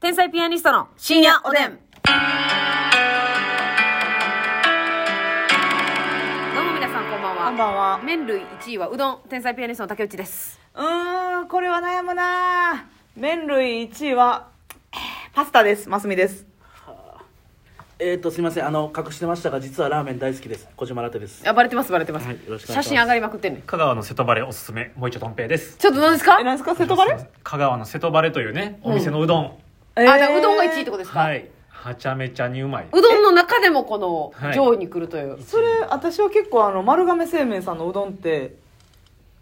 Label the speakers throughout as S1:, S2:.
S1: 天才ピアニストの深夜おでん。どうも皆さんこんばんは。
S2: こんばんは
S1: 麺類1位はうどん。天才ピアニストの竹内です。
S2: うーんこれは悩むな麺類1位はえーパスタですますみです
S3: えー、っとすみませんあの隠してましたが実はラーメン大好きです小島ラテです
S1: あ、バレてますバレてます。
S3: はいよろしくお
S1: 写
S3: 願いします
S1: 真上がりまくってんねん。
S4: 香川の瀬戸バレおすすめもう一丁とん平です
S1: ちょっと何ですか
S2: えなんですか瀬戸バレ
S4: 香川の瀬戸バレというねお店のうどん、
S2: え
S1: あ、
S2: ー
S1: だからうどんが1位ってことですか、
S4: はいはちゃめちゃにうまいう
S1: どんの中でもこの
S4: はい
S1: 上位に来るという。
S2: それ私は結構あの丸亀製麺さんのうどんって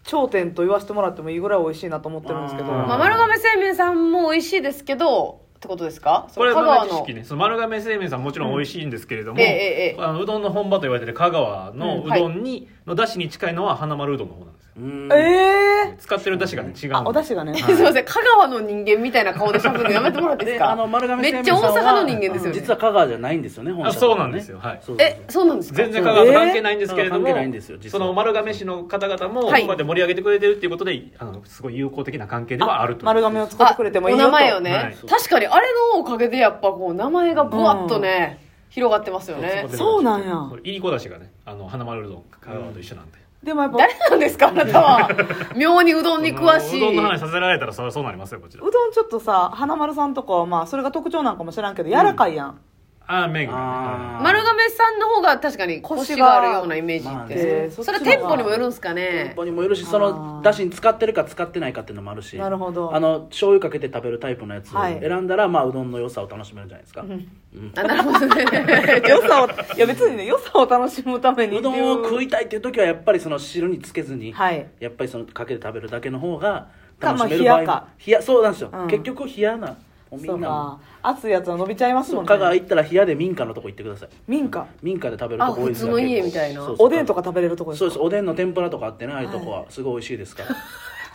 S2: 頂点と言わせてもらってもいいぐらい美味しいなと思ってるんですけど
S4: あー
S1: まあ、丸亀製麺さんも美味しいですけど、ってことですか
S4: これ
S1: その
S4: 豆知 識ねその丸亀製麺さんもちろん美味しいんですけれど
S1: う
S4: も、
S1: んええええ
S4: あのうどんの本場と言われてる香川の
S1: うん
S4: うどんに、のだしに近いのは花丸うどんの方なんですよ
S3: うーん
S2: ええ
S4: 使ってるだしがね違うんで
S2: あお出汁がね
S1: すいません、香川の人間みたいな顔でしゃべるのやめてもらっていいです
S3: で
S1: か
S3: あの丸亀製
S1: めっ
S3: 麺
S1: ち
S3: さ
S1: ゃ
S3: んは
S1: 大阪の人間ですよね。
S3: 実は香川じゃないんですよね本社
S4: あそうなんですよはい
S3: そうそう
S1: え、そうなんですか
S4: 全然香川と関係ないんですけれども、
S3: えー関係ないんですよ実は
S4: その丸亀市の方々もこ
S1: は
S4: う
S1: い
S4: やって盛り上げてくれてるっていうことで、あのすごい友好的な関係ではあると
S2: 丸亀を使ってくれてもいい
S1: あ
S2: よと
S1: お名前をね、
S4: はい
S1: 確かにあれのおかげでやっぱこう名前がぶわっとね、広がってますよね
S2: そうなんや
S4: これいりこだしがねあの花丸うどん香川と一緒なんで、
S2: でもやっぱ
S1: 誰なんですかあなたは妙にうどんに詳し
S4: うどん
S1: い
S4: の話させられたらそりゃそうなりますよこちら
S2: うどんちょっとさ花丸さんとかはまあそれが特徴なんかも知らんけど柔らかいやん、
S4: あー麺がね
S3: あー
S1: 丸亀さんの方が確かに腰があるようなイメージって、
S3: まあ
S2: ね
S1: それ店舗にもよるんですかね
S3: 店舗にもよるしそのだしに使ってるか使ってないかっていうのもあるし
S2: なるほど
S3: あの醤油かけて食べるタイプのやつを
S2: はい
S3: 選んだら、まあうどんの良さを楽しめるじゃないですか、う
S1: あなるほどね
S2: 良さをいや別にね良さを楽しむためにって
S3: ど
S2: いうん
S3: を食いたいっていう時はやっぱりその汁につけずに、
S2: はい
S3: やっぱりそのかけて食べるだけの方が
S2: か
S3: 楽しめる場合
S2: まあ冷
S3: も
S2: やか
S3: 冷やそうなんですよ、
S2: うん
S3: 結局冷やなおみ
S2: そうん
S3: な
S2: か熱いやつは伸びちゃいますも
S3: そ
S2: んね
S3: う香川行ったら冷やで民家のとこ行ってください
S2: 民家
S3: 民家で食べるとこ多いです
S1: あ普通の家みたいな
S2: おでんとか食べれるとこです
S3: そう
S2: か
S3: ですおでんの天ぷらとかあってねああいうとこはすごい美味しいで すから、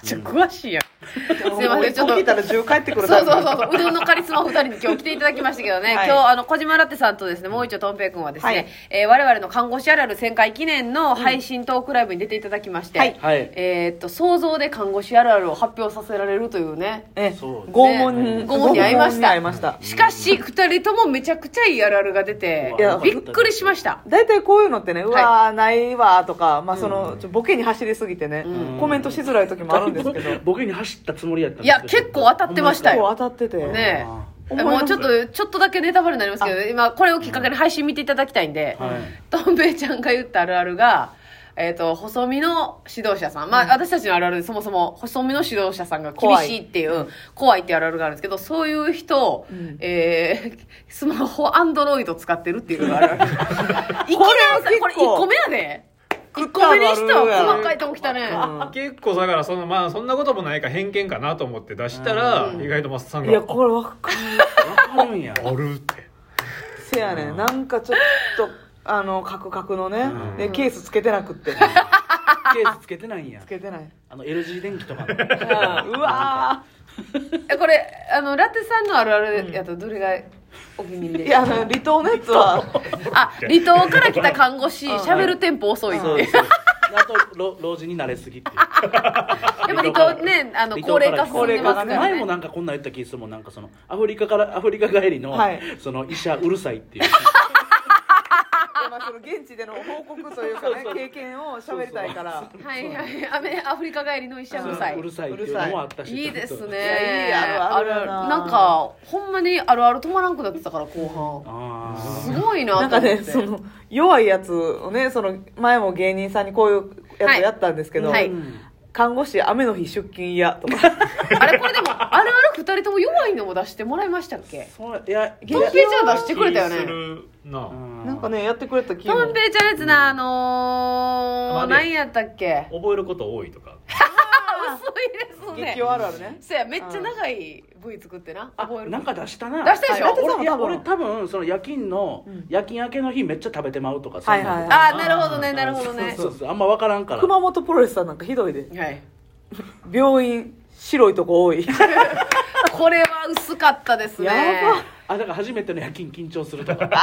S1: ちょ詳しいやんすいませんちょっと
S2: 聞いたら10帰ってく
S1: そう
S2: る
S1: そう
S2: タ
S1: そ
S2: イ
S1: うそ
S2: プ
S1: ううどんのカリスマお二人に今日来ていただきましたけどね、
S2: はい
S1: 今日あの小島ラテさんとですねもう一度とんぺいくんはですね、
S2: はい
S1: えー我々の看護師あるある1000回記念の配信トークライブに出ていただきまして、
S2: はい
S3: はい
S1: えーっと想像で看護師あるあるを発表させられるというね
S2: ええ
S3: そう
S2: 拷問に
S1: ね拷問に会いました
S2: 拷問に会いました
S1: しかし二人ともめちゃくちゃいいあるあるが出て
S3: い
S2: や
S1: びっくりしました
S2: 大体こういうのってね、うわー、ないわーとか、まあ、その、ちょボケに走りすぎてね、コメントしづらい時もあるんですけど、結
S3: 僕に走ったつもりやったん
S1: い
S3: です
S1: や
S3: けど
S1: 結構当たってました
S2: 構
S1: よ
S2: 当たってて、
S1: ね
S2: あ
S1: え
S2: ー
S1: もうちょっとちょっとだけネタバレになりますけど今これをきっかけに配信見ていただきたいんで、
S3: はい
S1: とんべいちゃんが言ったあるあるが、えっと細身の指導者さん、まあ、私たちのあるあるでそもそも細身の指導者さんが厳しいっていう怖いっていうあるあるがあるんですけどそういう人を、えー スマホアンドロイド使ってるっていうのがあ るわけいきなりさこ
S2: こ
S1: れ
S2: れは結構
S1: 1個目やで
S2: 食
S1: 1
S2: った
S1: 個
S2: あ
S1: 目
S2: る
S1: に
S2: ある
S1: しては細かいとこ来たね、
S2: うん
S4: 結構だからそのまあそんなこともないか偏見かなと思って出したら、意外とマスさん
S2: いや、
S4: が
S2: これわかん
S3: わかるんや
S4: 「ある」って
S2: せやね、なんかちょっと、あの、カクカクのね、でケースつけてなくって、
S3: ケースつけてないんや
S2: つけてない。
S3: あの LG 電気とかの
S2: うんうわ
S1: えこれあのラテさんのあるあるやとどれがお気に入り
S2: ー。
S1: で
S2: い
S1: した
S2: や、あの、離島のやつは、
S1: あ離島から来た看護師喋るテンポ遅いって
S3: そうですあと老老人になれす ぎっていう
S1: やっぱりこうね、あの、
S3: 離
S1: 高
S3: 島
S1: 齢
S3: から
S1: 化進んでますから、ね。
S3: 前もなんかこんなん言った気するもんなんかそのアフリカからアフリカ帰りの、
S2: はい
S3: その医者うるさいっていう
S2: まあその現地での報告というかね、経験を喋りたいから。
S1: はいはい。アメアフリカ帰りの医者夫妻。
S3: うるさいっていうのもあったし
S1: いいです
S2: いや
S1: ね。
S2: いいあるあるやな
S1: なんか、ほんまにあるある止まらんくなってたから、後
S3: あ
S1: 半。
S3: ー
S1: すごいな
S2: なんか
S1: と思っ
S2: ね、
S1: て
S2: その、弱いやつをね、その、前も芸人さんにこういうや
S1: は
S2: つ
S1: い
S2: やったんですけど、
S1: はい
S2: 看護師雨の日出勤嫌とか、
S1: あれ、これでも、あるある二人とも弱いのも出してもらいましたっけ
S3: そういや
S1: トンペイちゃん出してくれたよ
S4: 気す
S1: ね。
S4: るな
S2: なんかね、やってくれた気も。
S1: トンペイちゃんのやつな、あの
S4: ま
S1: ー、
S4: あね
S1: 何やったっけ
S4: 覚えること多いとか
S1: 薄いです
S2: 激
S1: ね。
S2: 弱あるあるね。
S1: そうや、めっちゃ長い V 作ってな。
S3: あ
S1: 覚える
S3: なんか出したな
S1: 出したでしょ
S3: はい俺いや
S2: 俺
S3: 俺多分その夜勤の、夜勤明けの日めっちゃ食べてまうとか
S2: はいはいはい
S3: そんなん
S1: あー、なるほどね、なるほどね。
S3: そうそうそうあんま分からんから
S2: 熊本プロレスさんなんかひどいで。
S1: はい。
S2: 病院、白いとこ多い。
S1: これはー薄かったですね
S2: や
S3: あだから初めての夜勤緊張するとか
S1: あ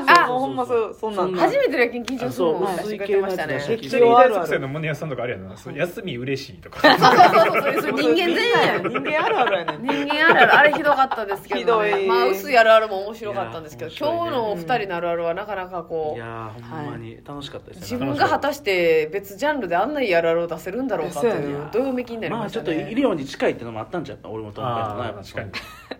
S1: ー
S2: あもうほんまそうそんなん
S3: そんな
S1: 初めての夜勤緊張するのも
S3: あそう
S1: 私が言ってましたね
S3: 薄い系のやつだし
S4: 一人大作戦の胸屋さんとかあるやんなそう休み嬉しい とか
S1: そうそう そうそう人間全員やん
S2: 人間あるあるやねん
S1: 人間あるあるあれひどかったですけど、ね、
S2: ひどい
S1: まあ薄いあるあるも面白かったんですけど、
S3: いや面白いね
S1: 今日のお二人のあるあるはなかなかこ
S3: いうやーほんまに楽しかったです
S1: 自
S3: ね、
S1: 分が果たして別ジャンルであんないあるあるを出せるんだろうかと
S2: そう
S1: い
S2: や
S1: う
S2: な
S1: どよめきになり
S3: ま
S1: ま
S3: あ
S1: し
S3: ちょ
S1: た
S3: っと医
S1: ね、
S3: 療に近いってのもあったんじゃん俺もと思った
S4: あ
S3: な
S4: あ
S3: やっぱ
S4: 確かに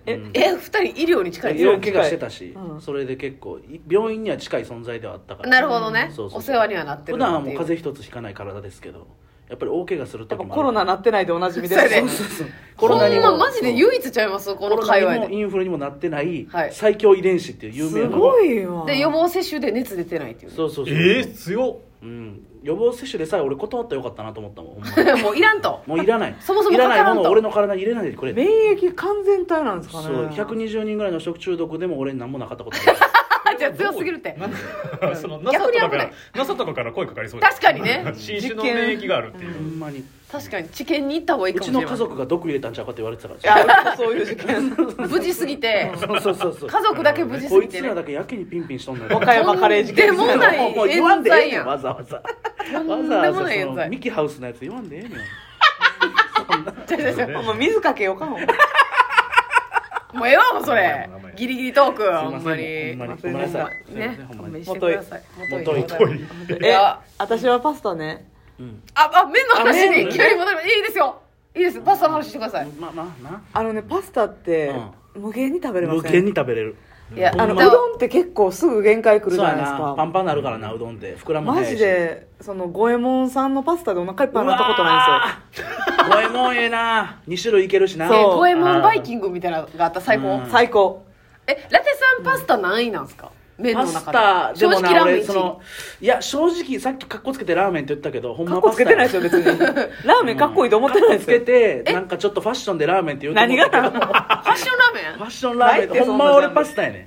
S1: え
S3: うん
S1: え二人医療に近い
S3: 医
S1: ですよ
S3: 療怪我してたし、
S2: うん
S3: それで結構い病院には近い存在ではあったから
S1: なるほどね、
S3: うんそうそう
S1: お世話にはなってる
S3: 普段はもう風邪一つひかない体ですけどやっぱり大怪我す
S2: や
S3: る
S2: っ
S3: 時
S2: ぱ
S3: もある
S2: コロナなってないでおなじみです
S1: そうやね
S3: そうそう
S1: コ
S3: コ
S1: ロ
S3: ロ
S1: ナ
S3: ナ
S1: に
S3: に
S1: も
S3: も
S1: マジで唯一ちゃいますこ
S3: コ
S1: の
S3: ロナ
S1: 界
S3: に
S1: 隈
S3: も
S1: で
S3: インフルにもなってない
S1: はい
S3: 最強遺伝子っていう有名
S2: す
S3: な
S2: ごいわ
S1: で予防接種で熱出てないっていうね
S3: そうそうそう
S4: えー、強っ
S3: うん、予防接種でさえ俺断ったらよかったなと思ったも んほん ま
S1: もういらんと
S3: もういらない
S1: そもそも
S3: い
S1: からか
S3: な
S1: らんと
S3: いものを俺の体に入れないでくれ
S2: 免疫完全体なんです
S3: そ
S2: か
S3: う
S2: ね
S3: 120人ぐらいの食中毒でも俺に何もなかったこと ない
S1: あじゃあ強すぎるって
S4: なんでその NASA
S1: 逆
S4: と
S1: に危
S4: か
S1: な
S4: か
S1: い
S4: ら NASA とかから声かかりそう
S1: 確かにね
S4: 新種の免疫があるってい
S3: ほ
S4: うん
S3: まに
S1: 確かに治験に行った方がいいうかも
S3: ち
S1: しれ
S3: の
S1: ない
S3: 家族が毒入れたんちゃうかって言われてたか
S2: い
S3: ら
S2: やそういう事件
S1: 無事すぎて
S3: そうそうそうそう
S1: 家族だけ無事す
S3: こ
S1: ぎ
S3: い
S1: て
S3: つ
S1: ね
S3: らだけやけにピンピンしとんのよ
S2: 和歌山カレー事件
S1: とんでもない
S3: もう言わんでええ
S1: 冤罪
S3: ね
S1: やん
S3: んわざわざわざ
S1: と
S3: わ
S1: ん
S3: ざ
S1: でもない
S3: そ
S1: 冤
S3: の
S1: 罪
S3: ミキハウスのやつ言わんでええねん
S1: ちょちょちょ
S2: もう水かけようかも
S1: もうええわもうそれ
S4: 名前
S1: ギリギリトーク
S3: す
S1: ほ
S3: いま
S1: んま
S3: せ
S1: に
S3: んほんま
S2: すいませ
S3: にごめんなんさい
S1: ね
S3: すいませんほんま
S1: 勘弁
S3: に
S1: してください
S2: 元
S1: 元
S2: い
S1: い
S4: 遠い
S1: い
S2: え
S1: や
S2: 私はパスタね
S3: うん
S1: ああ麺の話に
S3: あ
S1: いきなり戻りますいいですよいいですパスタの話してください
S3: まあまあな
S2: あのねパスタって無限に食べれま
S3: 無
S2: せん
S3: 限に食べれる
S1: いや
S2: あのうどんって結構すぐ限界来るじ
S3: そう
S2: ゃな
S3: や
S2: いです
S3: なパン
S2: か
S3: パンなるからなうどんって膨らむ
S2: マジでその五右衛門さんのパスタでお腹いっぱいになったことないん
S3: ですよ五右衛門ええな2種類いけるしな
S1: え
S2: そう
S1: 五右衛門バイキングみたいなのがあった最高
S3: う
S2: ですよ
S3: ん
S2: 最高
S1: えラテさんパスタ何位なんですか麺の
S3: パ
S1: 中で
S3: スタでも
S1: 正直ラー
S3: な
S1: メン
S3: 俺
S1: 一位
S3: そのいや正直さっきカッコつけてラーメンって言ったけどほん
S2: かっ
S3: ま
S2: こ
S3: パ
S2: つ
S3: スタ
S2: けてないです
S3: よ
S2: よ別にラーメンかっこいいと思ってないで
S3: つ
S2: すよ
S3: けてなんかちょっとファッションでラーメンって言うと思
S2: 何
S3: った
S2: が
S3: け
S2: な
S3: ど
S2: の
S1: ファッションラーメ
S3: ファッションラーメンってほんま俺パスタやねん
S1: ン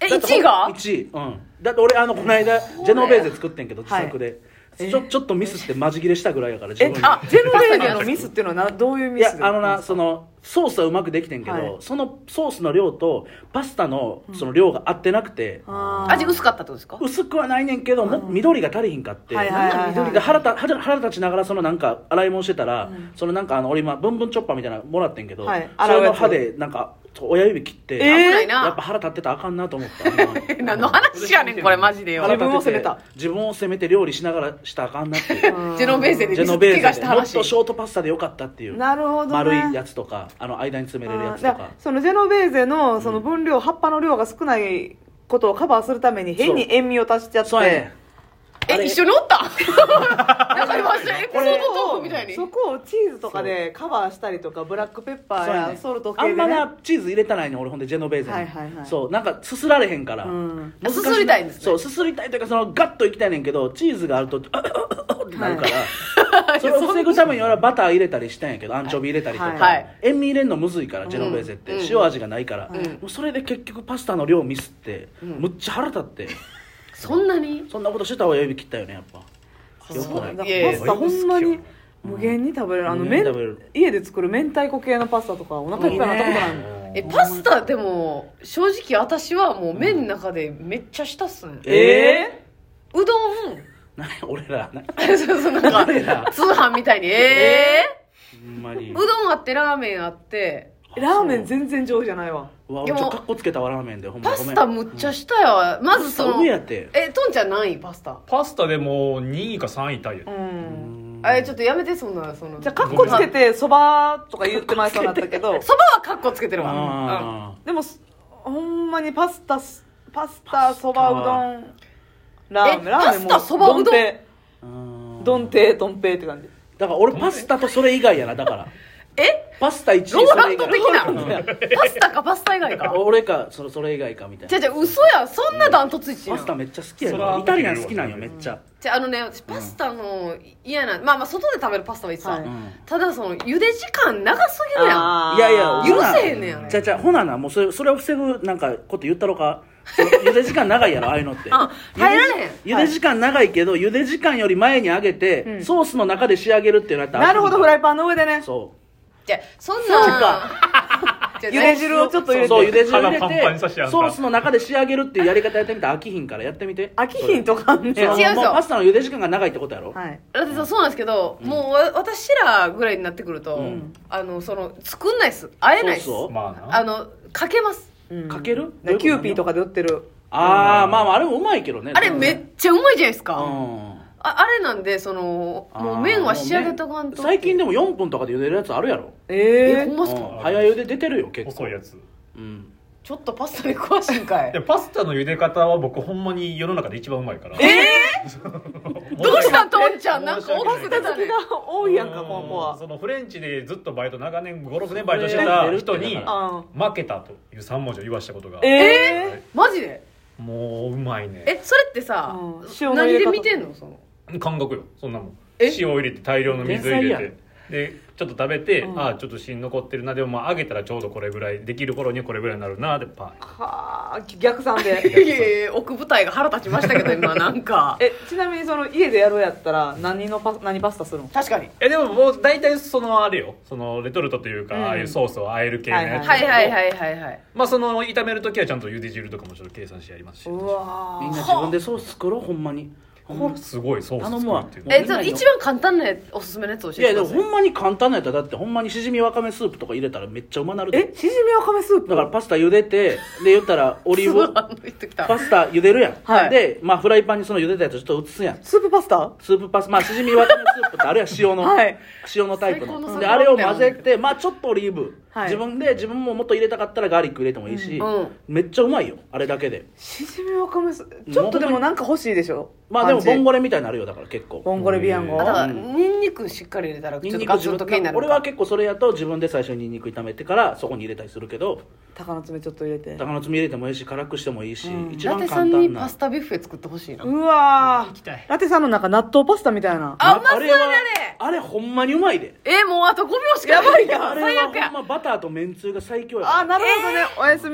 S1: え1位が
S3: ?1 位うんだって俺あのこの間ジェノベーゼ作ってんけど自作で、ちょちょっとミスってマジ切れしたぐらいやから自
S2: え
S3: 分に
S2: あジェノベーゼのミスって いうのはなどういう
S3: い
S2: ミ
S3: や
S2: ス
S3: あのなそのソースはうまくできてんけど、
S2: はい
S3: そのソースの量とパスタのその量が合ってなくて、
S2: あー
S1: 味薄かったってことですか
S3: 薄くはないねんけども緑が足りひんかって、
S2: はいはいはい
S3: で腹た腹腹立ちながらそのなんか洗い物してたら、そのなんかあの俺今ブンブンチョッパーみたいなのもらってんけど、
S2: はい
S3: それ
S2: 洗うや
S3: の
S2: つ
S3: 歯でなんかそう親指切って、
S2: えー
S1: 危ない
S3: やっぱ
S1: な
S3: 腹立ってたらあかんなと 思ったあんな
S1: 何の話やねんこれマジでよ
S2: 自分を責めた
S3: 自分を責めて料理しながらしたらあかんなって いう
S2: うん
S1: ジェノベーゼで
S3: ジェ
S1: 水
S3: ノ
S1: 付
S3: ベ
S1: け
S3: ー
S1: が
S3: ゼ
S1: し
S3: で
S1: た
S3: もっ
S1: 話
S3: とショートパスタでよかったっていう
S2: なるほどね
S3: 丸いやつとかあの間に詰めれるやつと
S2: あーだ
S3: から
S2: そのジェノベーゼのその分量、葉っぱの量が少ないことをカバーするために変に塩味を足しちゃってそ
S3: そうやねあ
S1: え
S3: れ
S1: 一緒にお ったなんか今エピソードトークみたいに
S2: こをチーズとかでカバーしたりとかブラックペッパ
S3: そうや
S2: ー
S3: ね
S2: やソルト
S3: あ
S2: 系で、
S3: ん
S2: ね、
S3: まなチーズ入れたないねん俺ほんでジェノベーゼに、
S2: はいはいはい
S3: そうなんかすすられへんから、
S2: うん
S3: 難し
S1: すすりたいんですね
S3: そうすすりたいというかそのガッといきたいねんけどチーズがあるとってなるから、それを防ぐために俺はバター入れたりしたんやけどアンチョビ入れたりとか、
S2: はい
S1: はい
S3: 塩味入れんのむずいからジェノベーゼって、
S1: うん
S3: 塩味がないから、
S1: ん
S3: もうそれで結局パスタの量ミスって、むっちゃ腹立って
S1: そんなに
S3: そんなことしてた親指切ったよねやっぱ
S2: そう
S3: よくな
S2: だ
S3: い
S2: から
S1: いやいや
S2: パスタほんま
S4: そう
S2: に
S4: ですよ
S2: 無限に食べれるあの
S3: 無
S2: 麺
S3: 限に食べれる
S2: 家で作る明太子系のパスタとかお腹いっぱいになったことないもん
S1: えパスタでも正直私はもう麺の中でめっちゃ下っすね
S3: ええ
S1: うど ん
S3: な俺らな
S1: そうそうなん
S3: 俺ら
S1: か通販みたいにえ
S3: ほんまに
S1: えうどんあってラーメンあって
S2: えラーメン全然上手じゃないわ
S3: うわ
S1: でも
S3: 俺ちょっとカッコつけたわラーメンでほんま
S1: パ
S3: ごめ
S1: ス
S3: ん
S1: タむっちゃ下やわまずそ
S3: パスタ
S1: の
S3: 上やって
S1: えとんちゃん何位パスタ
S4: パスタでも2位か3位タイや
S2: う
S4: で
S2: ん
S1: えちょっとやめてそんなその
S2: じゃあカッコつけてそばとか言ってまいそうになったけど
S1: そばはカッコつけてるわうん
S3: あ
S2: でもすほんまにパスタすパスタそばうどんラー
S1: え
S2: メンラーメンも
S1: パスタそばうどん
S2: 亭
S3: ーうん
S2: どん亭どん亭って感じ
S3: だから俺パスタとそれ以外やなだから
S1: え
S3: パスタ1位そ
S1: ローラ
S3: れ
S1: ン
S3: 以
S1: ド
S3: 外
S1: 的な
S3: うん
S1: パスタかパスタ以外か
S3: 俺かそれそれ以外かみたい
S1: じゃ
S3: な
S1: あじゃあ嘘やそんなダントツ一位
S3: パ
S1: な
S3: ス
S1: の
S3: タめっちゃ好きや
S4: それは
S3: よイタリアン好きなんよめっちゃ
S1: じゃああのね私パスタの嫌な、まあまあ外で食べるパスタはいいさ、
S2: はい
S3: うん
S1: ただその茹で時間長すぎるやん
S2: あー
S3: いやいや
S1: 許せへんねや
S3: じゃあじゃあほななもうそれそれを防ぐなんかこと言ったろかその茹で時間長いやろああいうのって
S1: あ入られへん
S3: 茹で時間長いけど茹で時間より前に上げて
S2: ん
S3: ソースの中で仕上げるっていうのやったら
S2: なるほどフラ
S3: イ
S2: イパンの上でね
S3: そう
S1: じゃあそん
S2: そう
S1: な じゃあ
S2: ゆで汁をちょっと入れて
S3: そうそうゆで汁入れ
S4: 腹パンパン
S3: て
S4: にさしてあんた
S3: ソースの中で仕上げるっていうやり方やってみて飽きひんからやってみて
S2: 飽きひんとかあんね
S3: それ
S2: ん
S1: 違う
S2: は
S1: ぞ
S3: もパスタの茹で時間が長いってことやろ、
S2: い
S1: だってさそうなんですけど、もうわ私らぐらいになってくると、
S3: ん
S1: あのその作んないっす会えないっす
S3: そうそう
S4: まあな
S1: あのかけます
S2: うん
S3: かける
S2: ね
S3: どういうこと
S2: キューピーとかで売ってる
S3: ああ、まあまああれもうまいけどね
S1: あれめっちゃうまいじゃないですか、
S3: うん
S1: ああれなんでその
S3: あー
S1: もう麺は仕上げとかんと
S3: 最
S1: で
S3: 近でも4分とかで茹でるやつあるやろ
S1: え
S2: え
S1: ほん
S2: え
S1: まっす
S3: う
S1: か
S3: ん早茹で出てるよ結構
S4: 細いやつ
S3: うん
S1: ちょっとパスタに詳しいんかい
S4: でパスタの茹で方は僕ほんまに世の中で一番うまいから
S1: えー、 どうしたんとんちゃんなん
S4: 申し
S1: か
S4: 訳ない
S1: 怒ってたね
S2: 多いやんかこの子
S4: うん
S2: は
S4: そのフレンチでずっとバイト長年56年バイトしてた人に
S3: うん
S2: あ
S4: 負けたという3文字を言わしたことが
S2: え
S4: は
S2: え
S4: い
S1: マジで
S4: もううまいね
S1: えそれってさ、
S2: うん塩の入
S1: 何
S2: れ
S1: で
S2: 方
S1: 見てんのその
S4: 感覚よそんなもん
S1: え
S4: 塩を入れて大量の水入れ
S3: 天才や
S4: てでちょっと食べて、
S2: うん
S4: ああちょっと芯残ってるなでもまあ揚げたらちょうどこれぐらいできる頃にはこれぐらいになるなでパー
S2: はあ逆算
S1: い
S2: で
S1: やいやいや奥舞台が腹立ちましたけ ど今なんか
S2: えちなみにその家でやるやったら何のパス何パスタするの
S1: 確かに
S4: えでももう大体そのあれよそのレトルトというか、
S2: うん
S4: ああいうソースを和える系のやつ、
S1: はいはいはいはいはい
S4: まあその炒める時はちゃんと茹で汁とかもちょっと計算してやりますし
S2: うわ
S3: みんな
S2: ー
S3: 自分でソース作ろうほんまにほんま
S4: これすごいソース作るってい
S3: 頼
S4: う
S3: むわ
S4: ね
S1: えその一番簡単なやつおすすめのやつ教え
S3: い
S1: て
S3: や
S1: く
S3: で
S1: だ
S3: も
S1: さい
S3: ほんまに簡単なやったらだってほんまにしじみわかめスープとか入れたらめっちゃうまなる
S2: え
S3: で
S2: しじみわかめスープ
S3: だからパスタ茹でてで言ったらオリー
S1: すごい
S3: ブ
S1: あの人来た
S3: パスタ茹でるやん、
S1: はい
S3: で、まあ、フライパンにその茹でたやつちょっと移すやん
S2: スープパスタ
S3: スープパスまあしじみわかめスープってあるやん塩の、
S2: はい
S3: 塩のタイプ
S1: 最高
S3: の
S1: の
S3: であれを混ぜてまあちょっとオリーブ、
S2: はい
S3: 自分で自分ももっと入れたかったらガーリック入れてもいいし、
S1: うんうん
S3: めっちゃうまいよあれだけで
S2: しじみわかめスープちょっとでもなんか欲しいでしょ
S3: まあでもボン
S2: ゴ
S3: ゴレみたいになるよだから結構
S2: ボンゴレビアンゴ
S1: あだから
S3: うん
S1: ニンニクしっかり入れたらちょ
S3: ニ
S1: っ
S3: ン
S1: と
S3: ニ
S1: ガ
S3: ク
S1: ツ
S3: 自
S1: ン
S3: 分
S1: と系になる
S3: 俺は結構それやと自分で最初にニンニク炒めてからそこに入れたりするけど
S2: 鷹の爪ちょっと入れて
S3: 鷹の爪入れてもいいし辛くしてもいいし、
S2: うん
S3: 一
S1: 伊
S3: 番
S1: 達さん
S3: 簡
S1: に
S3: 単
S1: パ
S3: な
S1: スタビュッフェ作ってほしいな
S2: うわ
S4: 行きたい
S2: ーラテさんの中納豆パスタみたいな
S1: あうまそう
S3: あれは
S1: やね
S3: あれほんまにうまいで
S1: えもうあと5秒しかやばい
S3: あれ
S1: 最
S3: は
S1: 悪
S3: ほ
S1: や
S3: んまバターとめんつゆが最強やから
S2: あなるほどねおやすみ